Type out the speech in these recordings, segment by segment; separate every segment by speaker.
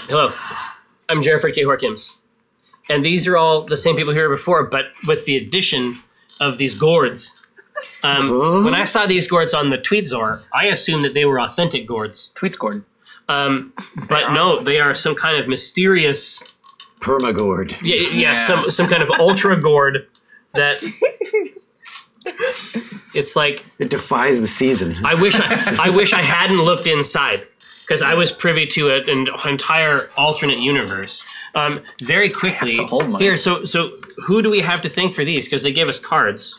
Speaker 1: Hello, I'm Jennifer K. Horkims. And these are all the same people here before, but with the addition of these gourds. Um, When I saw these gourds on the Tweedzor, I assumed that they were authentic gourds.
Speaker 2: Tweets Gordon.
Speaker 1: Um, but no, they are some kind of mysterious,
Speaker 3: Permagord.
Speaker 1: yeah, yeah,
Speaker 2: Yeah.
Speaker 1: Some, some kind of ultra gourd that. It's like
Speaker 3: It defies the season.
Speaker 1: I wish I, I wish I hadn't looked inside because I was privy to a- an entire alternate universe. Um, very quickly,
Speaker 2: a whole month.
Speaker 1: here. So, so who do we have to thank for these? Because they gave us cards.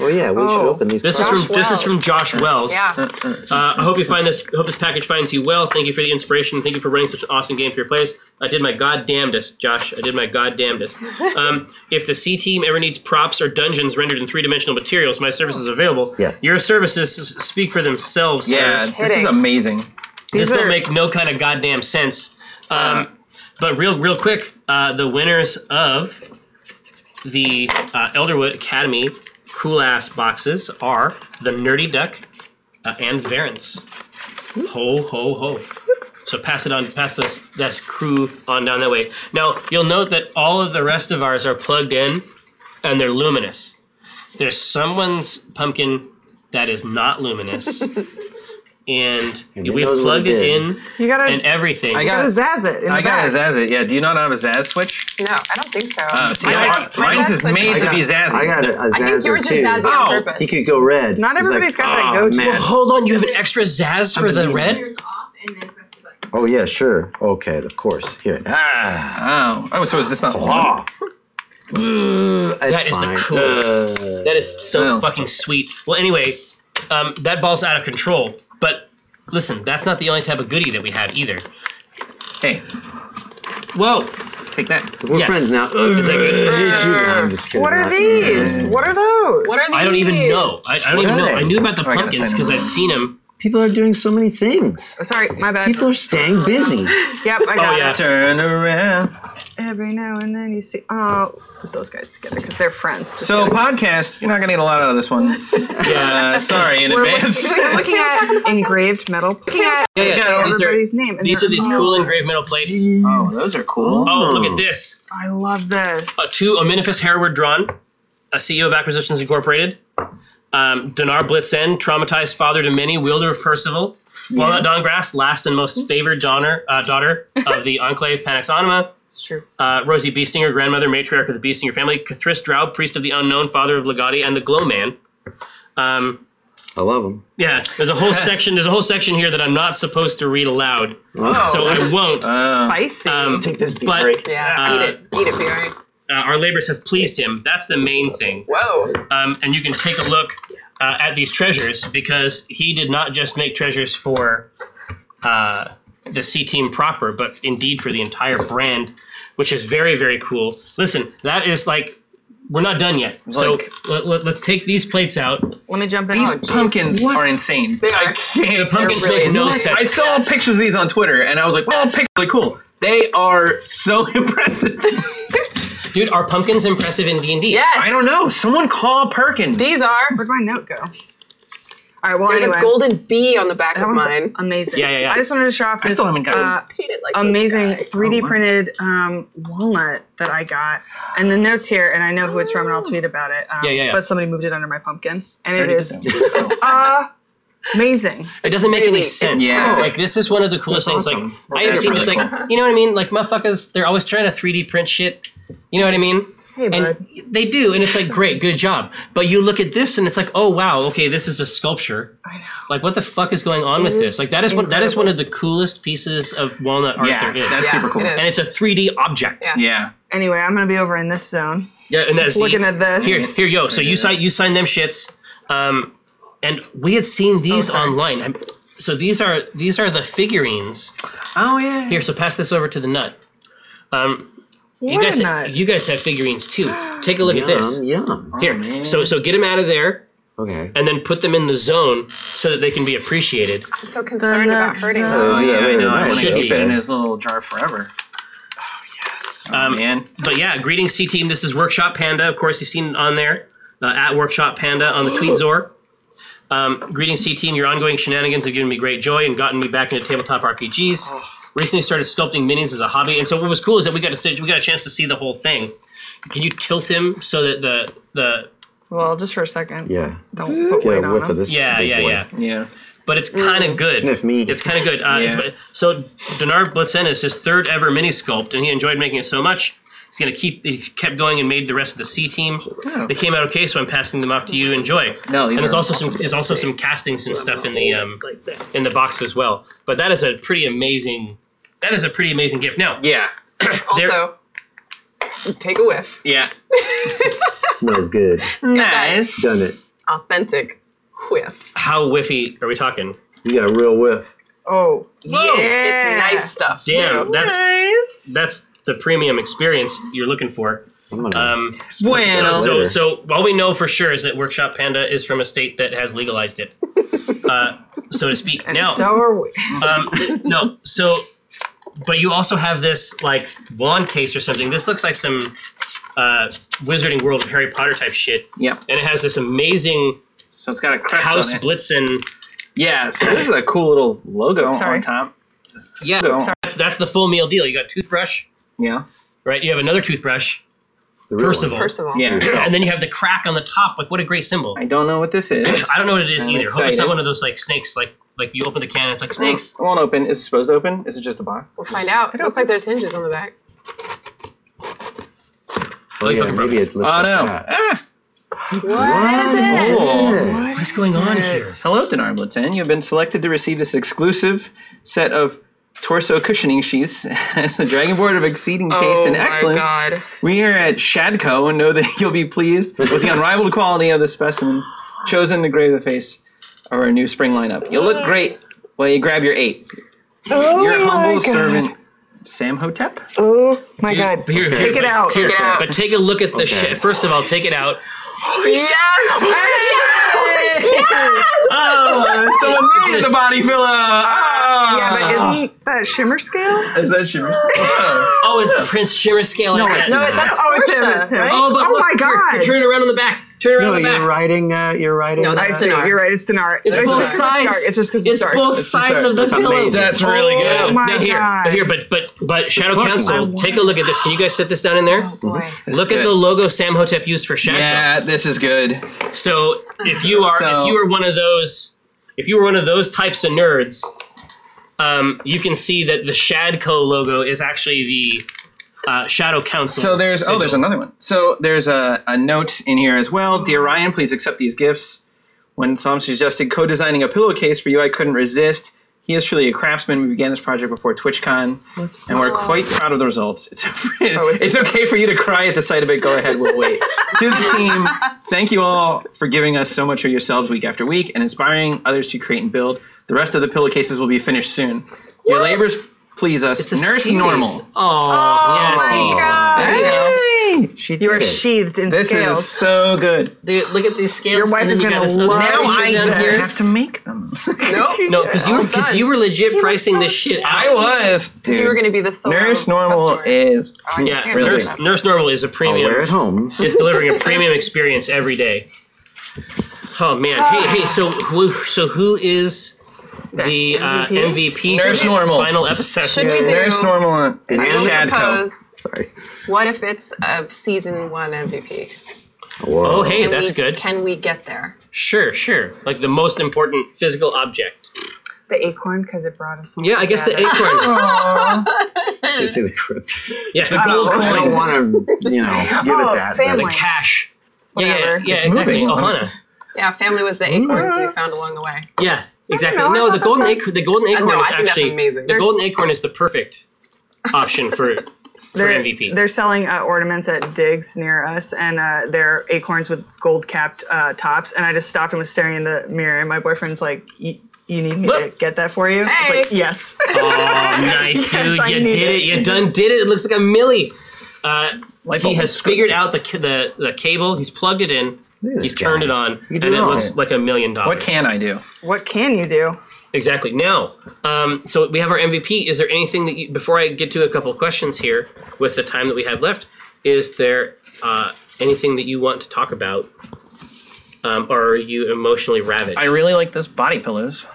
Speaker 3: Oh yeah, we should
Speaker 4: Oh.
Speaker 3: open these.
Speaker 1: This
Speaker 3: cards.
Speaker 1: is from this is from
Speaker 4: Wells.
Speaker 1: Josh Wells.
Speaker 4: Yeah.
Speaker 1: Uh, I hope you find this. Hope this package finds you well. Thank you for the inspiration. Thank you for running such an awesome game for your players. I did my goddamnedest, Josh. I did my goddamnedest. Um, if the C team ever needs props or dungeons rendered in three dimensional materials, my service is available.
Speaker 3: Yes.
Speaker 1: Your services s- speak for themselves. sir.
Speaker 2: Yeah, this is
Speaker 4: kidding.
Speaker 2: amazing.
Speaker 1: This
Speaker 4: These
Speaker 1: don't
Speaker 4: are-
Speaker 1: make no kind of goddamn sense. Um, but real, real quick, uh, the winners of the uh, Elderwood Academy cool ass boxes are the Nerdy Duck uh, and Varence. Ho ho ho! So pass it on, pass this that's crew on down that way. Now you'll note that all of the rest of ours are plugged in, and they're luminous. There's someone's pumpkin that is not luminous, and,
Speaker 3: who
Speaker 1: we've
Speaker 3: knows what
Speaker 1: plugged it
Speaker 3: it
Speaker 1: in
Speaker 4: You gotta,
Speaker 1: and everything.
Speaker 2: I
Speaker 4: you
Speaker 2: got
Speaker 4: gotta zazz it. In
Speaker 2: I
Speaker 4: the
Speaker 2: got a
Speaker 4: back.
Speaker 2: Zazz it. Yeah, do you not have a Zazz switch?
Speaker 5: No, I don't think so.
Speaker 2: Uh, see,
Speaker 1: I-
Speaker 2: mine-
Speaker 1: my
Speaker 2: mine's
Speaker 5: Zazz
Speaker 2: is
Speaker 5: switch-
Speaker 2: made
Speaker 5: I
Speaker 2: to
Speaker 5: got-
Speaker 2: be Zazzy.
Speaker 3: I got a, a
Speaker 5: I think
Speaker 3: Zazzer,
Speaker 5: yours
Speaker 3: too.
Speaker 5: is Zazzy
Speaker 2: Oh,
Speaker 5: on
Speaker 3: He
Speaker 5: purpose.
Speaker 3: could go red.
Speaker 4: Not
Speaker 3: He's
Speaker 4: everybody's
Speaker 3: like,
Speaker 4: got that
Speaker 3: "Aw,
Speaker 4: go-to."
Speaker 3: man."
Speaker 1: Hold on, you have an extra zazz for the red.
Speaker 6: Yours off and then press the button.
Speaker 3: Oh yeah, sure. Okay, of course. Here. Ah,
Speaker 2: Oh, oh, so is this not?
Speaker 3: ah. Mm, it's
Speaker 1: That is the
Speaker 3: fine. Uh,
Speaker 1: coolest. that is so
Speaker 2: Oh.
Speaker 1: fucking sweet. Well, anyway, um, that ball's out of control. But listen, that's not the only type of goodie that we have either.
Speaker 2: Hey,
Speaker 1: Whoa!
Speaker 2: take that.
Speaker 3: We're
Speaker 1: Yeah. Uh,
Speaker 3: friends now.
Speaker 4: What
Speaker 3: Uh,
Speaker 4: are these? What are those?
Speaker 5: What are these?
Speaker 1: I don't even know. I, I don't
Speaker 3: What
Speaker 1: even
Speaker 3: are
Speaker 1: know.
Speaker 3: they?
Speaker 1: I knew about the
Speaker 2: Oh, I gotta
Speaker 1: pumpkins
Speaker 2: sign
Speaker 1: because
Speaker 2: them.
Speaker 1: I'd seen them.
Speaker 3: People are doing so many things.
Speaker 4: Oh, Sorry, my bad.
Speaker 3: People are staying busy.
Speaker 4: Yep, I got
Speaker 1: yeah.
Speaker 4: it.
Speaker 2: Turn around.
Speaker 4: Every now and then you see. Oh, put those guys together because they're friends. Just
Speaker 2: So
Speaker 4: kidding.
Speaker 2: podcast, you're not gonna get a lot out of this one. Uh, sorry in
Speaker 4: we're
Speaker 2: advance.
Speaker 4: looking, we're looking at engraved metal plates.
Speaker 1: Yeah, yeah.
Speaker 2: Yeah,
Speaker 1: these are
Speaker 4: Everybody's name. and
Speaker 1: these are
Speaker 4: they're-
Speaker 1: these cool engraved metal plates.
Speaker 2: oh, those are cool.
Speaker 1: Oh, look at this.
Speaker 4: I love this.
Speaker 1: Uh, two Aminifus Hereward Drawn, a CEO of Acquisitions Incorporated. Um, Dinar Blitzen, traumatized father to many, wielder of Percival. Walnut Dongrass, last and most favored daughter, uh, daughter of the Enclave Panax Anima.
Speaker 5: It's true.
Speaker 1: Uh, Rosie Beestinger, grandmother, matriarch of the Beestinger family. Cathris Drow, priest of the unknown, father of Legati, and the Glow Man. Um,
Speaker 3: I love them.
Speaker 1: yeah, there's a whole section. There's a whole section here that I'm not supposed to read aloud,
Speaker 5: Oh,
Speaker 1: Uh, so I won't.
Speaker 5: Uh,
Speaker 4: Spicy.
Speaker 1: Um,
Speaker 3: Take this
Speaker 1: But-
Speaker 3: break.
Speaker 5: Yeah.
Speaker 1: Uh,
Speaker 5: eat it. Eat it, Barry.
Speaker 1: uh, our labors have pleased him. That's the main thing.
Speaker 5: Whoa.
Speaker 1: um, and you can take a look uh, at these treasures because he did not just make treasures for uh, the C team proper, but indeed for the entire brand, which is very very cool. Listen, that is like we're not done yet, so
Speaker 2: Like-
Speaker 1: let, let, us take these plates out.
Speaker 4: Let me jump in.
Speaker 2: These
Speaker 4: Oh,
Speaker 2: pumpkins are insane.
Speaker 5: They are.
Speaker 2: I
Speaker 1: The
Speaker 2: can't.
Speaker 1: pumpkins
Speaker 5: really
Speaker 1: make no
Speaker 5: nice.
Speaker 2: I
Speaker 1: sense.
Speaker 2: saw pictures of these on Twitter, and I was like, "Oh, picture really cool." They are so impressive.
Speaker 1: Dude, are pumpkins impressive in D and D?
Speaker 5: Yes.
Speaker 2: I don't know. Someone call Perkins.
Speaker 5: These are.
Speaker 4: Where'd my note go? All right. Well,
Speaker 5: There's
Speaker 4: anyway,
Speaker 5: a golden bee on the back
Speaker 4: that
Speaker 5: of
Speaker 4: one's
Speaker 5: mine.
Speaker 4: Amazing.
Speaker 1: Yeah, yeah, yeah.
Speaker 4: I just wanted to show off.
Speaker 2: I
Speaker 4: This,
Speaker 2: still haven't got
Speaker 4: uh,
Speaker 5: Paint it like this
Speaker 4: amazing
Speaker 5: guy.
Speaker 4: 3D
Speaker 2: Oh, wow.
Speaker 4: printed um, walnut that I got, and the notes here, and I know who it's from, and
Speaker 3: Oh.
Speaker 4: I'll tweet about it. Um,
Speaker 1: Yeah, yeah, yeah.
Speaker 4: But somebody moved it under my pumpkin, and it
Speaker 2: Already did
Speaker 4: is
Speaker 2: that one.
Speaker 4: amazing.
Speaker 1: It doesn't make any
Speaker 5: Really, it's
Speaker 1: sense.
Speaker 2: Yeah.
Speaker 1: Like this is one of the coolest
Speaker 2: That's
Speaker 1: things.
Speaker 2: awesome.
Speaker 1: Like I have
Speaker 2: That's
Speaker 1: seen
Speaker 2: really
Speaker 1: it's like
Speaker 2: cool.
Speaker 1: you know what I mean? Like motherfuckers, they're always trying to 3D print shit. You know what I mean?
Speaker 4: Hey,
Speaker 1: and
Speaker 4: bud.
Speaker 1: they do and it's like great good job but you look at this and it's like oh wow okay this is a sculpture
Speaker 4: I know.
Speaker 1: like what the fuck is going on with
Speaker 4: is
Speaker 1: this like that is one that is one of the coolest pieces of walnut art
Speaker 2: yeah,
Speaker 1: there is
Speaker 2: that's
Speaker 5: Yeah,
Speaker 2: super cool.
Speaker 5: it is.
Speaker 1: and it's a 3d object
Speaker 5: Yeah.
Speaker 2: Yeah.
Speaker 4: Anyway, I'm gonna be over in this zone.
Speaker 1: yeah and that's
Speaker 4: Looking at this.
Speaker 1: here here yo so you sign you sign them shits um and we had seen these
Speaker 4: sorry.
Speaker 1: online I'm- so these are these are the figurines
Speaker 2: Oh yeah.
Speaker 1: here so pass this over to the nut um you
Speaker 4: What a
Speaker 1: guys
Speaker 4: nut.
Speaker 1: you guys have figurines too take a look at this
Speaker 3: Yum, yum.
Speaker 1: here so so get them out of there
Speaker 3: Okay.
Speaker 1: and then put them in the zone so that they can be appreciated.
Speaker 5: I'm so concerned about
Speaker 4: next
Speaker 5: hurting
Speaker 1: Uh,
Speaker 4: one.
Speaker 5: them.
Speaker 2: Oh, yeah, I know. I
Speaker 3: Right,
Speaker 2: want to
Speaker 1: should
Speaker 2: keep
Speaker 1: be.
Speaker 2: it in his little jar forever. Oh yes.
Speaker 1: Um,
Speaker 2: man.
Speaker 1: But yeah, greetings C team. This is Workshop Panda. Of course, you've seen it on there uh, at Workshop Panda on the Tweetzor.
Speaker 4: Oh.
Speaker 1: Um, greetings C team. Your ongoing shenanigans have given me great joy and gotten me back into tabletop RPGs. Recently started sculpting minis as a hobby, and so what was cool is that we got to see, we got a chance to see the whole thing. Can you tilt him so that the the
Speaker 4: Well, just for a second.
Speaker 3: Yeah.
Speaker 4: Don't put
Speaker 3: Get
Speaker 4: weight
Speaker 3: a
Speaker 4: on
Speaker 3: whiff of
Speaker 4: them.
Speaker 3: this.
Speaker 1: yeah
Speaker 3: big
Speaker 1: yeah
Speaker 3: boy.
Speaker 1: yeah?
Speaker 2: Yeah.
Speaker 1: But it's kind of good.
Speaker 3: Sniff me.
Speaker 1: It's kind of good. Uh,
Speaker 2: Yeah.
Speaker 1: it's- So Dinar Blitzen is his third ever mini sculpt, and he enjoyed making it so much. He's gonna keep. He's kept going and made the rest of the C team. They came out okay, so I'm passing them off to you to enjoy.
Speaker 2: No,
Speaker 1: and
Speaker 2: these
Speaker 1: there's
Speaker 2: are
Speaker 1: also some there's also some castings and stuff in the um in the box as well. But that is a pretty amazing. That is a pretty amazing gift. Now,
Speaker 2: Yeah.
Speaker 1: there-
Speaker 5: Also, take a whiff.
Speaker 2: Yeah.
Speaker 3: Smells good.
Speaker 2: Nice.
Speaker 3: Done it.
Speaker 5: Authentic whiff.
Speaker 1: how whiffy are we talking?
Speaker 3: You got a real whiff.
Speaker 4: Oh,
Speaker 1: Whoa!
Speaker 4: yeah.
Speaker 5: It's nice stuff.
Speaker 1: Damn,
Speaker 5: too.
Speaker 1: that's
Speaker 4: Nice.
Speaker 1: that's the premium experience you're looking for.
Speaker 3: I'm gonna-
Speaker 1: Um,
Speaker 2: Bueno.
Speaker 1: So,
Speaker 3: Later.
Speaker 1: so all we know for sure is that Workshop Panda is from a state that has legalized it, uh, so to speak.
Speaker 4: And
Speaker 1: now,
Speaker 4: so are we.
Speaker 1: um, no, so, but you also have this like wand case or something. This looks like some uh, Wizarding World of Harry Potter type shit,
Speaker 2: Yeah.
Speaker 1: and it has this amazing
Speaker 2: So it's got a crest
Speaker 1: House
Speaker 2: on it.
Speaker 1: Blitzen.
Speaker 2: yeah. So this is a cool little logo
Speaker 4: Sorry.
Speaker 2: on top.
Speaker 1: Yeah,
Speaker 2: Don't.
Speaker 1: that's, that's the full meal deal. You got toothbrush,
Speaker 2: Yeah.
Speaker 1: right? You have another toothbrush,
Speaker 3: The real one.
Speaker 1: Percival,
Speaker 5: Percival.
Speaker 2: Yeah.
Speaker 1: and then you have the crack on the top. Like, what a great symbol!
Speaker 2: I don't know what this is.
Speaker 1: I don't know what it is
Speaker 2: I'm
Speaker 1: either. Hope it's not
Speaker 2: excited.
Speaker 1: one of those like snakes, like like you open the can and it's like snakes.
Speaker 2: It won't open. Is it supposed to open? Is it just a box?
Speaker 5: We'll find out. It looks like there's hinges on the back.
Speaker 1: you
Speaker 3: Oh, yeah,
Speaker 1: fucking broke
Speaker 3: maybe it looks
Speaker 2: Oh
Speaker 3: like
Speaker 2: no.
Speaker 3: that.
Speaker 2: Ah,
Speaker 5: What is it?
Speaker 2: cool.
Speaker 1: What is going on here?
Speaker 2: Hello, Dinar Blitzen. You've been selected to receive this exclusive set of torso cushioning sheaths as the Dragon Board of Exceeding
Speaker 1: Oh,
Speaker 2: Taste and Excellence.
Speaker 5: Oh my god.
Speaker 2: We here at Shadco and know that you'll be pleased with the unrivaled quality of the specimen chosen to grave the face of our new spring lineup. You'll look great while you grab your eight. your humble servant, Sam Hotep.
Speaker 4: Oh my
Speaker 1: Dude,
Speaker 4: god.
Speaker 1: Here,
Speaker 4: Take it out.
Speaker 1: Here,
Speaker 5: Take it out.
Speaker 1: But take a look at the shit. First of all, take it out. Oh,
Speaker 2: Someone needed the body filler.
Speaker 4: Yeah, but
Speaker 2: Ah.
Speaker 4: isn't that shimmer scale?
Speaker 2: is that yours? Oh.
Speaker 1: oh, it's Prince Shimmer Scale. like that.
Speaker 5: No, it- that's
Speaker 4: Oh, it's him,
Speaker 5: Portia,
Speaker 4: it's him.
Speaker 5: right?
Speaker 1: Oh, but
Speaker 4: Oh
Speaker 1: look,
Speaker 4: my
Speaker 1: here,
Speaker 4: God.
Speaker 1: turn it around on the back. Turn it around
Speaker 3: No,
Speaker 1: on the
Speaker 3: you're
Speaker 1: back.
Speaker 3: writing. Uh, you're writing.
Speaker 5: No,
Speaker 4: I
Speaker 5: that's
Speaker 4: see.
Speaker 5: Dinar.
Speaker 4: You're right. It's Dinar. It's,
Speaker 1: both
Speaker 4: just 'cause
Speaker 1: sides.
Speaker 4: dark. It's just because it's,
Speaker 1: It's
Speaker 4: dark.
Speaker 1: both sides of the
Speaker 3: That's
Speaker 1: pillow.
Speaker 3: amazing.
Speaker 2: That's really good.
Speaker 4: Oh my
Speaker 1: now here,
Speaker 4: God.
Speaker 1: here, but but but Shadow
Speaker 3: fucking- I
Speaker 1: Council,
Speaker 4: want-
Speaker 1: take a look at this. Can you guys set this down in there?
Speaker 4: Oh,
Speaker 5: Boy.
Speaker 1: Look at
Speaker 2: good.
Speaker 1: the logo Sam Hotep used for Shadow.
Speaker 2: Yeah, this is good.
Speaker 1: So if you are
Speaker 2: So-
Speaker 1: if you are one of those if you were one of those types of nerds, um, you can see that the Shadco logo is actually the uh, Shadow Council.
Speaker 2: So there's oh, there's
Speaker 1: sigil.
Speaker 2: another one. So there's a, a note in here as well. Dear Ryan, please accept these gifts. When Thom suggested co-designing a pillowcase for you, I couldn't resist. He is truly a craftsman. We began this project before TwitchCon, and we're quite proud of the results.
Speaker 1: Oh,
Speaker 2: It's, it's okay for you to cry at the sight of it. Go ahead, we'll wait. to the team, thank you all for giving us so much of yourselves week after week and inspiring others to create and build. The rest of the pillowcases will be finished soon. Your labors please us.
Speaker 1: It's a
Speaker 2: Nurse
Speaker 1: series.
Speaker 2: normal.
Speaker 1: Oh, yeah, see.
Speaker 2: There you go.
Speaker 3: She
Speaker 4: You are
Speaker 3: did it.
Speaker 4: sheathed in
Speaker 2: This
Speaker 4: scales.
Speaker 2: is so good.
Speaker 1: Dude, look at these scales.
Speaker 4: Your wife
Speaker 1: and then
Speaker 4: is
Speaker 1: you got
Speaker 4: gonna
Speaker 1: this other
Speaker 4: love Oh,
Speaker 1: picture
Speaker 2: Now I
Speaker 1: down
Speaker 2: don't
Speaker 1: here.
Speaker 2: have to make them.
Speaker 5: Nope.
Speaker 1: No, because you were because
Speaker 5: done.
Speaker 1: you were legit pricing this shit out.
Speaker 2: I was. Dude.
Speaker 5: You were going to be the solo
Speaker 2: Nurse normal
Speaker 5: customer.
Speaker 2: is.
Speaker 1: Yeah,
Speaker 5: Really?
Speaker 1: nurse, nurse normal is a
Speaker 3: I'll
Speaker 1: premium.
Speaker 3: wear it Oh, home.
Speaker 1: It's delivering a premium experience every day. Oh man!
Speaker 5: Ah.
Speaker 1: Hey, hey. So who? So who is the uh,
Speaker 4: MVP?
Speaker 1: MVP?
Speaker 2: Nurse
Speaker 1: for the
Speaker 2: normal.
Speaker 1: Final episode.
Speaker 5: Should we do
Speaker 2: Nurse normal on
Speaker 3: It is
Speaker 5: I
Speaker 2: Shadco.
Speaker 5: propose,
Speaker 3: Sorry.
Speaker 5: what if it's a season one MVP?
Speaker 1: Oh
Speaker 3: Whoa.
Speaker 1: hey,
Speaker 5: Can
Speaker 1: that's
Speaker 5: we-
Speaker 1: good.
Speaker 5: Can we get there?
Speaker 1: Sure, sure. Like the most important physical object.
Speaker 4: the acorn because it brought us. all
Speaker 1: Yeah, I guess the
Speaker 4: together.
Speaker 1: acorn.
Speaker 5: Oh.
Speaker 3: They say the crypt.
Speaker 1: Yeah, the
Speaker 2: gold
Speaker 3: I
Speaker 2: coins.
Speaker 3: don't want to, you know, give
Speaker 4: Oh,
Speaker 3: it that.
Speaker 4: family.
Speaker 3: but-
Speaker 1: cash. Yeah, yeah, yeah,
Speaker 5: Whatever.
Speaker 1: yeah
Speaker 2: It's
Speaker 1: exactly.
Speaker 2: moving.
Speaker 1: Ohana.
Speaker 5: Yeah, family was the acorns
Speaker 2: Mm.
Speaker 5: we found along the way.
Speaker 1: Yeah, exactly.
Speaker 4: know, I
Speaker 1: No,
Speaker 4: thought
Speaker 1: the
Speaker 4: that
Speaker 1: golden
Speaker 4: was-
Speaker 1: acorn. The golden
Speaker 5: Uh,
Speaker 1: acorn
Speaker 5: no,
Speaker 1: is
Speaker 5: I think that's
Speaker 1: actually
Speaker 5: amazing.
Speaker 1: the
Speaker 5: There's-
Speaker 1: golden acorn is the perfect option for for
Speaker 4: They're,
Speaker 1: MVP.
Speaker 4: they're selling uh, ornaments at digs near us, and uh, they're acorns with gold capped uh, tops. And I just stopped and was staring in the mirror, and my boyfriend's like, "Y- "You need me to get that for you?" I was like,
Speaker 5: Hey.
Speaker 4: "Yes."
Speaker 1: Oh, nice,
Speaker 4: Yes,
Speaker 1: dude!
Speaker 4: I
Speaker 1: you
Speaker 4: need
Speaker 1: did it.
Speaker 4: it.
Speaker 1: You done did it. It looks like a millie. Uh, he has figured out the, ca- the the cable. He's plugged it in.
Speaker 3: Look at
Speaker 1: He's
Speaker 3: this
Speaker 1: turned
Speaker 3: guy.
Speaker 1: it on,
Speaker 3: You
Speaker 1: and
Speaker 3: do
Speaker 1: it
Speaker 3: it all.
Speaker 1: looks like a million dollars.
Speaker 2: What can I do?
Speaker 4: what can you do?
Speaker 1: Exactly. Now, um, so we have our MVP. Is there anything that you, before I get to a couple questions here with the time that we have left, is there uh, anything that you want to talk about? Um, or are you emotionally ravaged?
Speaker 2: I really like this body pillows.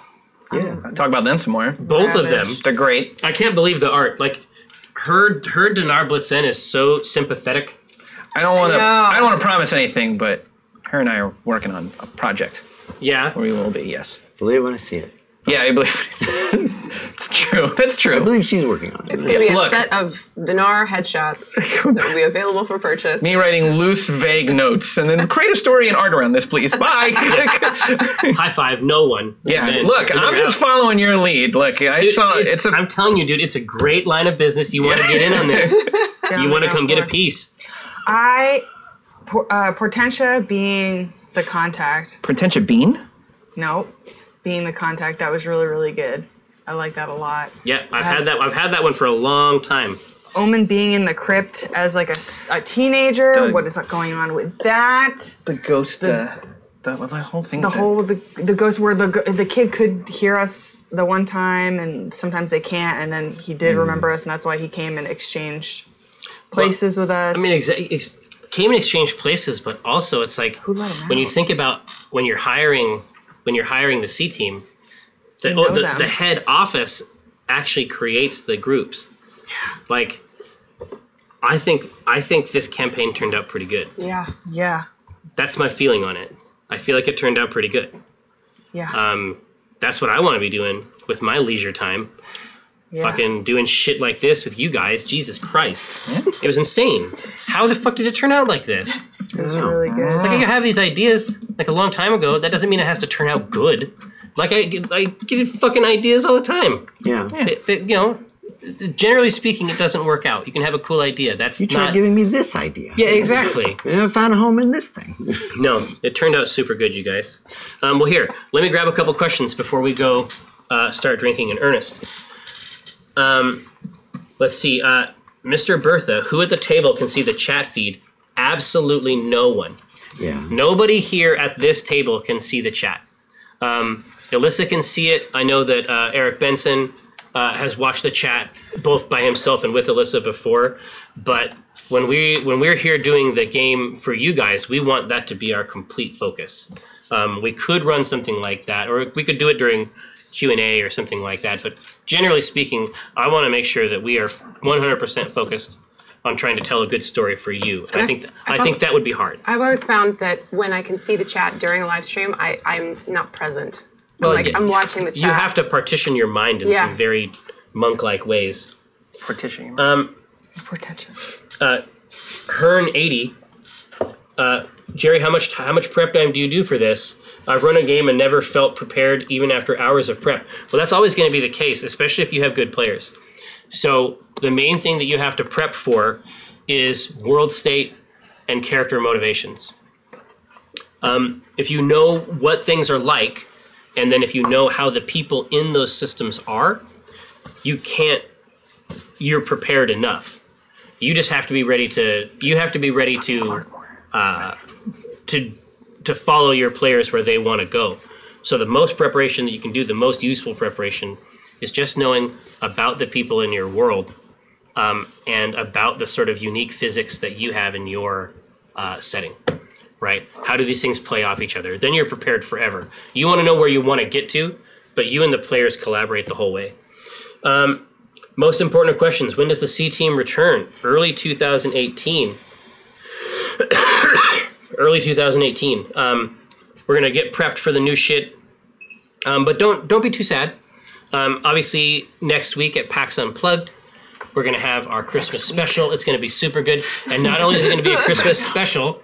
Speaker 3: Yeah.
Speaker 2: Talk about them some more.
Speaker 1: Both of them.
Speaker 2: They're great.
Speaker 1: I can't believe the art. Like her her Dinar Blitzen is so sympathetic.
Speaker 2: I don't want to.
Speaker 5: know.
Speaker 2: I don't want to promise anything, but her and I are working on a project.
Speaker 1: Yeah.
Speaker 2: We will be. Yes.
Speaker 3: Believe it when I see it.
Speaker 2: Yeah, I believe what he said. it's true. That's
Speaker 3: I
Speaker 2: true.
Speaker 3: believe she's working on it.
Speaker 5: It's gonna be a
Speaker 2: Look.
Speaker 5: set of dinar headshots that will be available for purchase.
Speaker 2: Me writing loose, vague notes, and then create a story and art around this, please. Bye.
Speaker 1: High five, no one.
Speaker 2: yeah.
Speaker 1: And then-
Speaker 2: Look,
Speaker 1: and then
Speaker 2: I'm
Speaker 1: we're
Speaker 2: just
Speaker 1: out.
Speaker 2: following your lead. Look, I
Speaker 1: Dude,
Speaker 2: saw it's, a
Speaker 1: I'm telling you, dude, it's a great line of business. You want to get in on this. you want to come get a piece.
Speaker 4: I, Por- uh, Portentia being the contact.
Speaker 2: Portentia Bean.
Speaker 4: Nope. Being the contact. That was really, really good. I like that a lot.
Speaker 1: Yeah, I've had that. I've had that one for a long time.
Speaker 4: Omen being in the crypt as like a, s- a teenager.
Speaker 2: The-
Speaker 4: what is going on with that?
Speaker 2: The ghost. The the, the whole thing.
Speaker 4: The whole the the ghost where the g- the kid could hear us the one time, and sometimes they can't, and then he
Speaker 1: Hmm.
Speaker 4: did remember us, and that's why he came and exchanged places with us.
Speaker 1: I mean, exa- ex- came and exchanged places, but also it's like
Speaker 4: let 'em
Speaker 1: when you
Speaker 4: out?
Speaker 1: think about when you're hiring when you're hiring the C team, the,
Speaker 4: know
Speaker 1: oh, the,
Speaker 4: them.
Speaker 1: the head office actually creates the groups. Like, I think I think this campaign turned out pretty good.
Speaker 5: Yeah.
Speaker 4: yeah,
Speaker 1: That's my feeling on it. I feel like it turned out pretty good.
Speaker 4: yeah,
Speaker 1: Um, that's what I want to be doing with my leisure time.
Speaker 4: yeah.
Speaker 1: Fucking doing shit like this with you guys. Jesus Christ. It was insane. How the fuck did it turn out like this?
Speaker 4: It's really good.
Speaker 1: Like I could have these ideas like a long time ago. That doesn't mean it has to turn out good. Like I, I get fucking ideas all the time.
Speaker 3: Yeah.
Speaker 1: It- it- you know, generally speaking, it doesn't work out. You can have a cool idea. That's
Speaker 3: You tried
Speaker 1: not.
Speaker 3: giving me this idea.
Speaker 1: yeah, exactly.
Speaker 3: And I found a home in this thing.
Speaker 1: No, it turned out super good, you guys. Um, well, here, let me grab a couple questions before we go uh, start drinking in earnest. Um, let's see, uh, Mr. Bertha, who at the table can see the chat feed? Absolutely no one.
Speaker 3: yeah.
Speaker 1: Nobody here at this table can see the chat. Um, Alyssa can see it. I know that uh, Eric Benson uh, has watched the chat both by himself and with Alyssa before, but when we when we're here doing the game for you guys, we want that to be our complete focus. Um, we could run something like that, or we could do it during Q and A or something like that. But generally speaking, I want to make sure that we are 100% focused on trying to tell a good story for you. And I think I think that would be hard.
Speaker 5: I've always found that when I can see the chat during a live stream, I, I'm not present. I'm
Speaker 1: Well,
Speaker 5: like
Speaker 1: yeah.
Speaker 5: I'm watching the chat.
Speaker 1: you have to partition your mind in
Speaker 5: Yeah.
Speaker 1: some very monk-like ways. Um,
Speaker 2: Portentia.
Speaker 4: Portentia.
Speaker 1: uh, Hearn eighty, uh, Jerry, how much how much prep time do you do for this? I've run a game and never felt prepared even after hours of prep. Well, that's always going to be the case, especially if you have good players. So the main thing that you have to prep for is world state and character motivations. Um, if you know what things are like, and then if you know how the people in those systems are, you can't. You're prepared enough. You just have to be ready to. You have to be ready to, uh, to, to follow your players where they want to go. So the most preparation that you can do, the most useful preparation, is just knowing about the people in your world, um, and about the sort of unique physics that you have in your uh, setting right? How do these things play off each other? Then you're prepared forever. You want to know where you want to get to, but you and the players collaborate the whole way. Um, most important questions When does the C team return? Early 2018. Early 2018. Um, we're going to get prepped for the new shit. Um, but don't don't be too sad. Um, obviously, next week at PAX Unplugged, we're going to have our Christmas special. It's going to be super good. And not only is it going to be a Christmas special,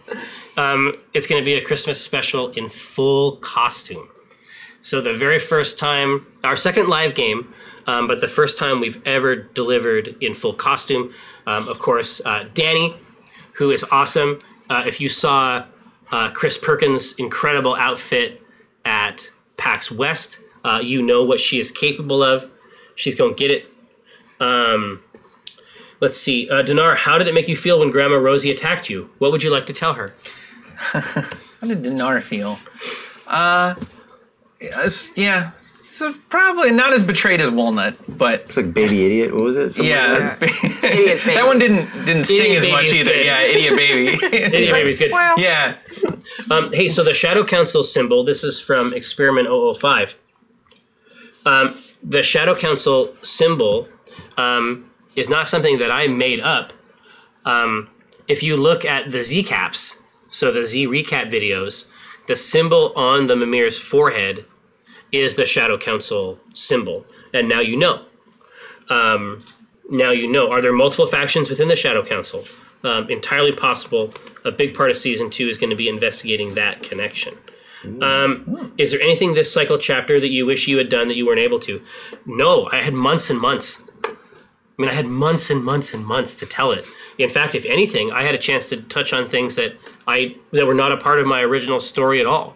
Speaker 1: it's going to be a Christmas special in full costume. So the very first time, our second live game, um, but the first time we've ever delivered in full costume. Um, of course, uh, Danny, who is awesome. Uh, if you saw uh, Chris Perkins' incredible outfit at PAX West, uh, you know what she is capable of. She's going to get it. Um, let's see. Uh, Dinar, how did it make you feel when Grandma Rosie attacked you? What would you like to tell her?
Speaker 2: How did Dinar feel? Uh, it's- yeah, so probably not as betrayed as Walnut, but
Speaker 3: It's like Baby Idiot. What was it? Something like
Speaker 2: yeah,
Speaker 5: Idiot baby.
Speaker 2: that one didn't didn't sting
Speaker 1: Idiot
Speaker 2: as
Speaker 1: Baby
Speaker 2: much
Speaker 1: is
Speaker 2: either.
Speaker 1: good.
Speaker 2: Yeah, idiot baby.
Speaker 1: Anyway, it's good.
Speaker 4: Well,
Speaker 2: yeah,
Speaker 1: Um, hey, so the Shadow Council symbol, this is from Experiment 005. um, the Shadow Council symbol um, is not something that I made up. Um, if you look at the Z caps, so the Z recap videos, the symbol on the Mimir's forehead is the Shadow Council symbol, and now you know. Um, now you know. Are there multiple factions within the Shadow Council? Um, entirely possible. A big part of season two is going to be investigating that connection. Um, is there anything this cycle chapter that you wish you had done that you weren't able to? No, I had months and months. I mean, I had months and months and months to tell it. In fact, if anything, I had a chance to touch on things that I that were not a part of my original story at all.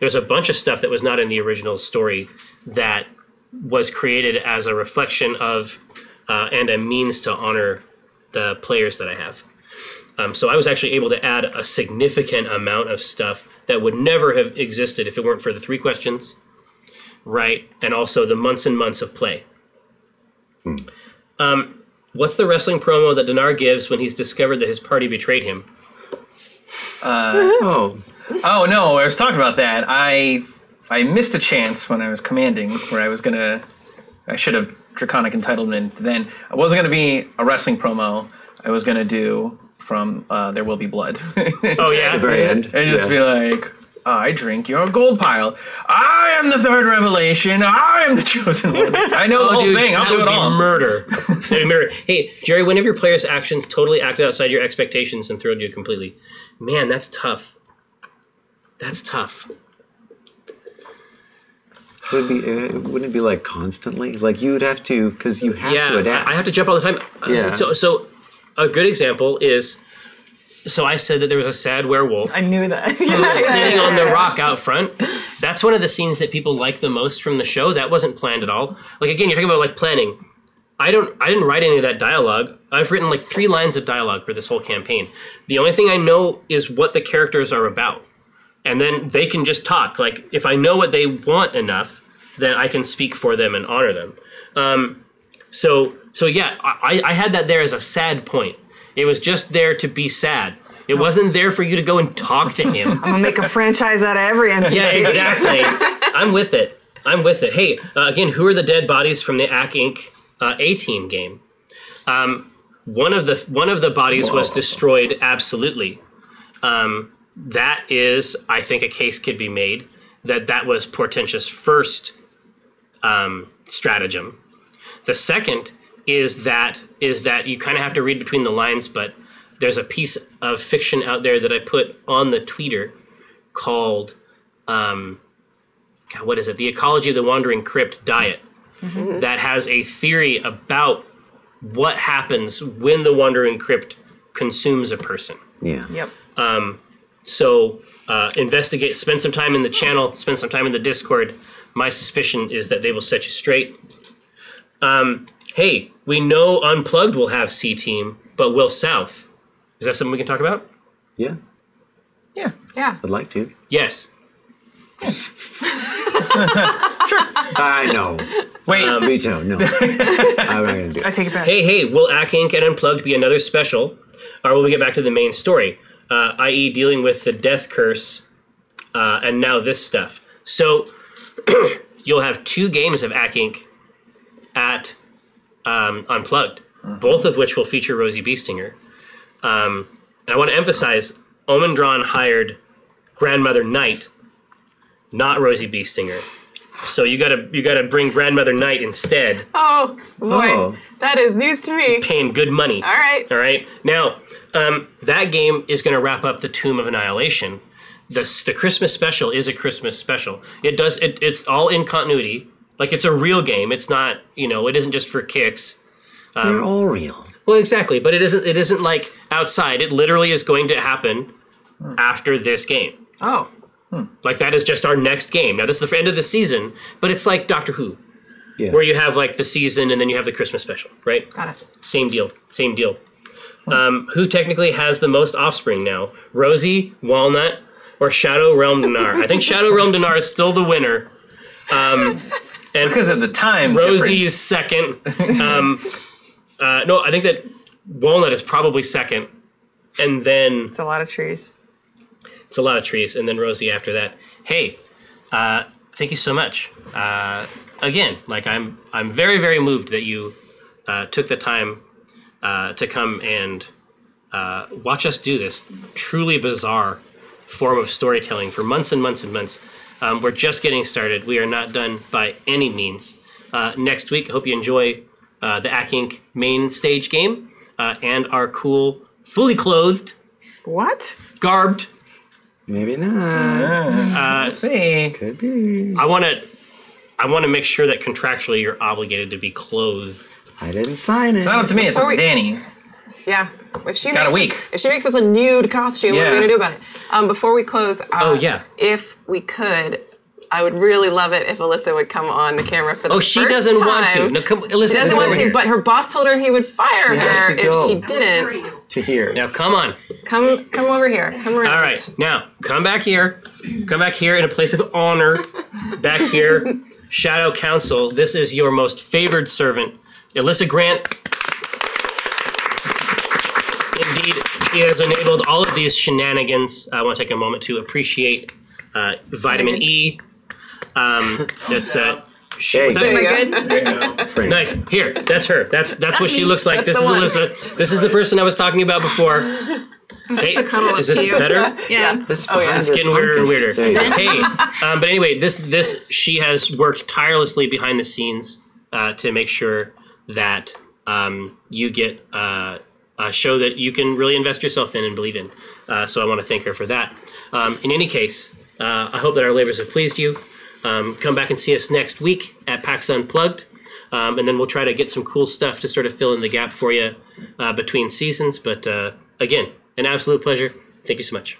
Speaker 1: There's a bunch of stuff that was not in the original story that was created as a reflection of uh, and a means to honor the players that I have. Um, so I was actually able to add a significant amount of stuff that would never have existed if it weren't for the three questions, right? And also the months and months of play. Um, what's the wrestling promo that Dinar gives when he's discovered that his party betrayed him?
Speaker 3: Oh,
Speaker 2: Oh no, I was talking about that. I I missed a chance when I was commanding where I was gonna I should have draconic entitlement then. I wasn't gonna be a wrestling promo. I was gonna do from uh, There Will Be Blood.
Speaker 1: Oh
Speaker 3: the
Speaker 1: yeah,
Speaker 3: very end.
Speaker 2: and just
Speaker 3: yeah.
Speaker 2: be like, I drink your gold pile. I am the third revelation. I am the chosen one. I know the whole
Speaker 1: Oh, Dude,
Speaker 2: thing. Oh, I'll
Speaker 1: that
Speaker 2: do
Speaker 1: would
Speaker 2: it
Speaker 1: be
Speaker 2: all.
Speaker 1: Murder. That'd be murder. Hey, Jerry, when have your players' actions totally acted outside your expectations and thrilled you completely? Man, that's tough. That's tough.
Speaker 3: Would it be, uh, wouldn't it be like constantly? Like you would have to, because you have to
Speaker 1: yeah,
Speaker 3: adapt.
Speaker 1: I I have to jump all the time. Uh,
Speaker 3: Yeah.
Speaker 1: So, so a good example is, so I said that there was a sad werewolf
Speaker 4: I knew that. yeah,
Speaker 1: sitting on the rock out front. That's one of the scenes that people like the most from the show. That wasn't planned at all. Like again, you're talking about like planning. I don't. I didn't write any of that dialogue. I've written like three lines of dialogue for this whole campaign. The only thing I know is what the characters are about, and then they can just talk. Like if I know what they want enough, then I can speak for them and honor them. Um, so so yeah, I, I had that there as a sad point. It was just there to be sad. It wasn't there for you to go and talk to him.
Speaker 4: I'm gonna make a franchise out of every NPC.
Speaker 1: Yeah, exactly. I'm with it. I'm with it. Hey, uh, again, who are the dead bodies from the Ack Inc. Uh, A Team game? Um, one of the one of the bodies was destroyed absolutely. Um, that is, I think, a case could be made that that was Portentia's first um, stratagem. The second is that is that you kind of have to read between the lines, but there's a piece of fiction out there that I put on the tweeter called um, God, what is it? The Ecology of the Wandering Crypt Diet that has a theory about what happens when the Wandering Crypt consumes a person.
Speaker 3: yeah.
Speaker 4: Yep.
Speaker 1: So uh, investigate. Spend some time in the channel. Spend some time in the Discord. My suspicion is that they will set you straight. Um, hey, we know Unplugged will have C Team, but will South? Is that something we can talk about?
Speaker 3: Yeah.
Speaker 2: Yeah.
Speaker 5: Yeah.
Speaker 3: I'd like to.
Speaker 1: Yes.
Speaker 3: I know.
Speaker 2: Wait,
Speaker 1: Um,
Speaker 3: Me too. No. I'm not gonna do.
Speaker 4: I
Speaker 3: It.
Speaker 4: take it back.
Speaker 1: Hey, hey, will Ack Inc. and Unplugged be another special, or will we get back to the main story, uh, i.e., dealing with the death curse uh, and now this stuff? So you'll have two games of Ack Inc. at um, Unplugged, both of which will feature Rosie Beestinger. Um, and I want to emphasize Omendron hired Grandmother Knight, not Rosie Beestinger. So you gotta you gotta bring Grandmother Knight instead,
Speaker 5: Oh boy,
Speaker 3: Oh.
Speaker 5: that is news to me.
Speaker 1: paying good money.
Speaker 5: All right.
Speaker 1: All right. Now, um, that game is going to wrap up the Tomb of Annihilation. The, s- the Christmas special is a Christmas special. It does. It, it's all in continuity. Like it's a real game. It's not. You know, it isn't just for kicks.
Speaker 3: They're all real.
Speaker 1: Well, exactly. But it isn't. It isn't like outside. It literally is going to happen after this game.
Speaker 3: Oh.
Speaker 1: Like that is just our next game. Now this is the end of the season, but it's like Doctor Who,
Speaker 3: Yeah.
Speaker 1: where you have like the season and then you have the Christmas special, right?
Speaker 5: Got it.
Speaker 1: Same deal. Same deal. Um, who technically has the most offspring now? Rosie, Walnut, or Shadow Realm Dinar? I think Shadow Realm Dinar is still the winner.
Speaker 2: because of the time
Speaker 1: Rosie's
Speaker 2: difference.
Speaker 1: second. Um, uh, no, I think that Walnut is probably second. And then
Speaker 4: It's a lot of trees.
Speaker 1: it's a lot of trees. And then Rosie after that. Hey, uh, thank you so much. Uh, again, like I'm, I'm very, very moved that you uh, took the time uh, to come and uh, watch us do this truly bizarre form of storytelling for months and months and months. Um, we're just getting started. We are not done by any means. Uh, next week, I hope you enjoy uh, the Akink main stage game uh, and our cool, fully clothed,
Speaker 4: What?
Speaker 1: garbed.
Speaker 3: Maybe not.
Speaker 2: We'll see.
Speaker 3: Could be.
Speaker 1: I want to. I want to make sure that contractually you're obligated to be clothed.
Speaker 3: I didn't sign it.
Speaker 2: It's not up to me. It's up
Speaker 5: Or
Speaker 2: to
Speaker 5: we-
Speaker 2: Danny.
Speaker 5: Yeah. If she
Speaker 2: Got a
Speaker 5: makes
Speaker 2: week.
Speaker 5: Us, if she makes us a nude costume, what are
Speaker 2: Yeah.
Speaker 5: we gonna do about it? Um, before we close, uh,
Speaker 1: Oh, yeah.
Speaker 5: If we could, I would really love it if Alyssa would come on the camera for the
Speaker 1: Oh, she
Speaker 5: first
Speaker 1: doesn't want to.
Speaker 5: time.
Speaker 1: No, come, Alyssa,
Speaker 5: she doesn't
Speaker 1: come
Speaker 5: want
Speaker 1: over
Speaker 5: to,
Speaker 1: here.
Speaker 5: but her boss told her he would fire
Speaker 3: has
Speaker 5: her
Speaker 3: to
Speaker 5: if
Speaker 3: go.
Speaker 5: she didn't.
Speaker 3: to hear.
Speaker 1: now come on.
Speaker 5: Come, come over here. Come around.
Speaker 1: All right, now come back here. Come back here in a place of honor. Back here, Shadow Council. This is your most favored servant, Alyssa Grant. Indeed, he has enabled all of these shenanigans. I want to take a moment to appreciate uh, vitamin E. Um, that's uh,
Speaker 3: Hey,
Speaker 5: There
Speaker 4: Am
Speaker 5: you
Speaker 4: I
Speaker 5: go.
Speaker 4: good?
Speaker 3: bring it.
Speaker 1: Nice. Here, that's her. That's that's, what she
Speaker 5: me.
Speaker 1: looks like.
Speaker 5: That's
Speaker 1: this
Speaker 5: the one.
Speaker 1: is Alyssa. This is the person I was talking about before. Hey, is this better?
Speaker 4: Yeah.
Speaker 3: This
Speaker 5: Oh, yeah.
Speaker 3: behind
Speaker 5: It's
Speaker 3: the
Speaker 1: getting weirder and
Speaker 3: pumpkin.
Speaker 1: weirder.
Speaker 3: There you go.
Speaker 1: Hey, um, but anyway, this this she has worked tirelessly behind the scenes uh, to make sure that um, you get uh, a show that you can really invest yourself in and believe in. Uh, so I want to thank her for that. Um, in any case, uh, I hope that our labors have pleased you. Um, come back and see us next week at PAX Unplugged. Um, and then we'll try to get some cool stuff to sort of fill in the gap for you uh, between seasons. But uh, again, an absolute pleasure. Thank you so much.